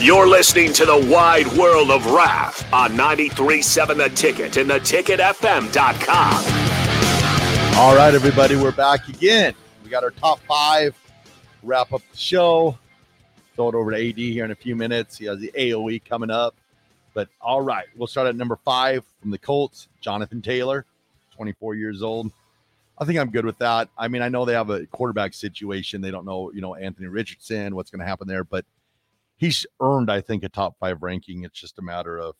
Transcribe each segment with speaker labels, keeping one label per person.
Speaker 1: You're listening to the wide world of Wrath on 93.7 The Ticket and theticketfm.com.
Speaker 2: All right, everybody, we're back again. We got our top five. Wrap up the show. Throw it over to AD here in a few minutes. He has the AOE coming up. But all right, we'll start at number five from the Colts, Jonathan Taylor, 24 years old. I think I'm good with that. I mean, I know they have a quarterback situation. They don't know, you know, Anthony Richardson, what's going to happen there, but he's earned, I think, a top five ranking. It's just a matter of,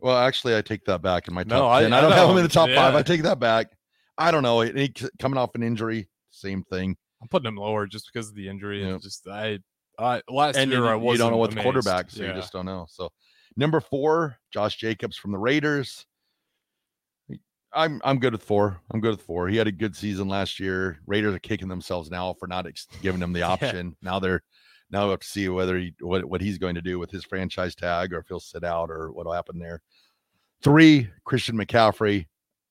Speaker 2: well, actually, I take that back in my top
Speaker 3: No, I-
Speaker 2: 10. I,
Speaker 3: I
Speaker 2: don't have him
Speaker 3: know.
Speaker 2: in the top five.
Speaker 3: Yeah.
Speaker 2: I take that back. I don't know. He- coming off an injury, same thing.
Speaker 3: I'm putting him lower just because of the injury
Speaker 2: Yeah.
Speaker 3: and just I I last
Speaker 2: and
Speaker 3: year
Speaker 2: you,
Speaker 3: I
Speaker 2: you
Speaker 3: was
Speaker 2: don't know what's quarterback, so you just don't know. So number four, Josh Jacobs from the Raiders. I'm I'm good with four. I'm good with four. He had a good season last year. Raiders are kicking themselves now for not ex- giving him the option. Now they're now we have to see whether he what, what he's going to do with his franchise tag or if he'll sit out or what'll happen there. Three, Christian McCaffrey.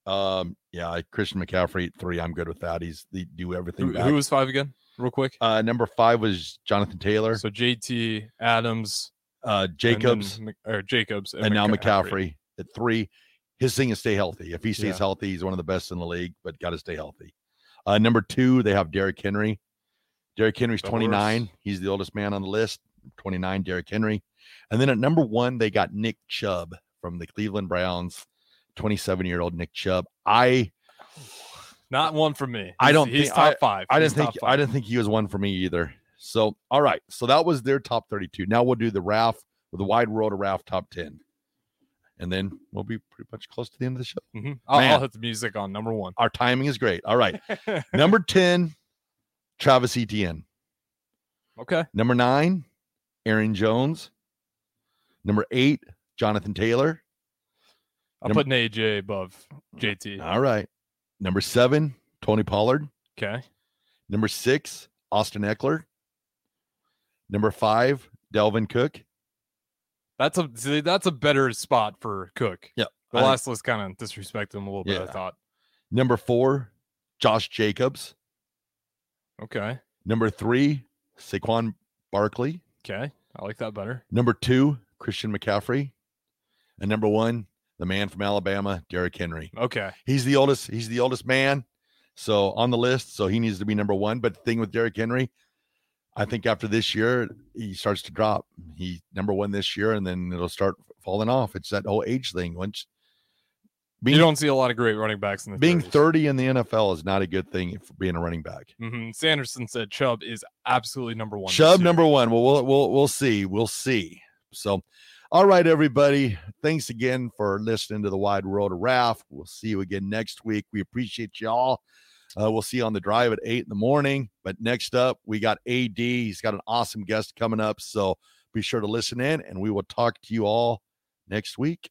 Speaker 2: Um, yeah, I- Christian McCaffrey at three. I'm good with that. He's the do everything.
Speaker 3: who,
Speaker 2: back.
Speaker 3: who was five again, real quick.
Speaker 2: uh number five was Jonathan Taylor,
Speaker 3: So JT Adams,
Speaker 2: uh
Speaker 3: and then
Speaker 2: Jacobs.
Speaker 3: Mc- or Jacobs,
Speaker 2: and, now McCaffrey at three. His thing is stay healthy. If he stays
Speaker 3: Yeah.
Speaker 2: healthy, he's one of the best in the league, but got to stay healthy. Uh, number two, they have Derrick Henry. Derrick Henry's
Speaker 3: The
Speaker 2: 29.
Speaker 3: horse.
Speaker 2: He's the oldest man on the list. 29, Derrick Henry. And then at number one, they got Nick Chubb from the Cleveland Browns, 27 year old Nick Chubb. I
Speaker 3: Not one for me.
Speaker 2: I
Speaker 3: He's-
Speaker 2: don't
Speaker 3: He's
Speaker 2: think-
Speaker 3: top five.
Speaker 2: I
Speaker 3: He's
Speaker 2: didn't think
Speaker 3: top
Speaker 2: I
Speaker 3: five.
Speaker 2: didn't think he was one for me either. So all right. So that was their top 32. Now we'll do the RAF with the wide world of RAF top 10. And then we'll be pretty much close to the end of the show.
Speaker 3: Mhm. I'll, I'll
Speaker 2: Man.
Speaker 3: hit the music on number one.
Speaker 2: Our timing is great. All right. Number 10, Travis Etienne.
Speaker 3: okay.
Speaker 2: Number nine, Aaron Jones. Number eight, Jonathan Taylor.
Speaker 3: I'll
Speaker 2: Num-
Speaker 3: put an AJ above JT.
Speaker 2: All right. Number seven, Tony Pollard.
Speaker 3: Okay.
Speaker 2: Number six, Austin Eckler. Number five, Delvin Cook.
Speaker 3: That's a see, that's a better spot for Cook.
Speaker 2: Yep.
Speaker 3: The
Speaker 2: I think-
Speaker 3: last list kind of disrespected him a little bit, I
Speaker 2: Yeah.
Speaker 3: thought.
Speaker 2: Number four, Josh Jacobs.
Speaker 3: Okay.
Speaker 2: Number three, Saquon Barkley.
Speaker 3: Okay. I like that better.
Speaker 2: Number two, Christian McCaffrey. And number one, the man from Alabama, Derrick Henry.
Speaker 3: Okay.
Speaker 2: He's the oldest. He's the oldest man. So on the list, so he needs to be number one. But the thing with Derrick Henry, I think after this year, he starts to drop. He number one this year, and then it'll start falling off. It's that whole age thing. Once being
Speaker 3: you don't see a lot of great running backs in the
Speaker 2: being
Speaker 3: 30s.
Speaker 2: thirty in the NFL is not a good thing for being a running back.
Speaker 3: Mhm. Sanderson said Chubb is absolutely number one. this
Speaker 2: Chubb
Speaker 3: year.
Speaker 2: number one. Well, we'll we'll we'll see. We'll see. So, all right, everybody. Thanks again for listening to the Wide World of Raf. We'll see you again next week. We appreciate y'all. Uh, we'll see you on the drive at eight in the morning. But next up, we got AD. He's got an awesome guest coming up. So be sure to listen in, and we will talk to you all next week.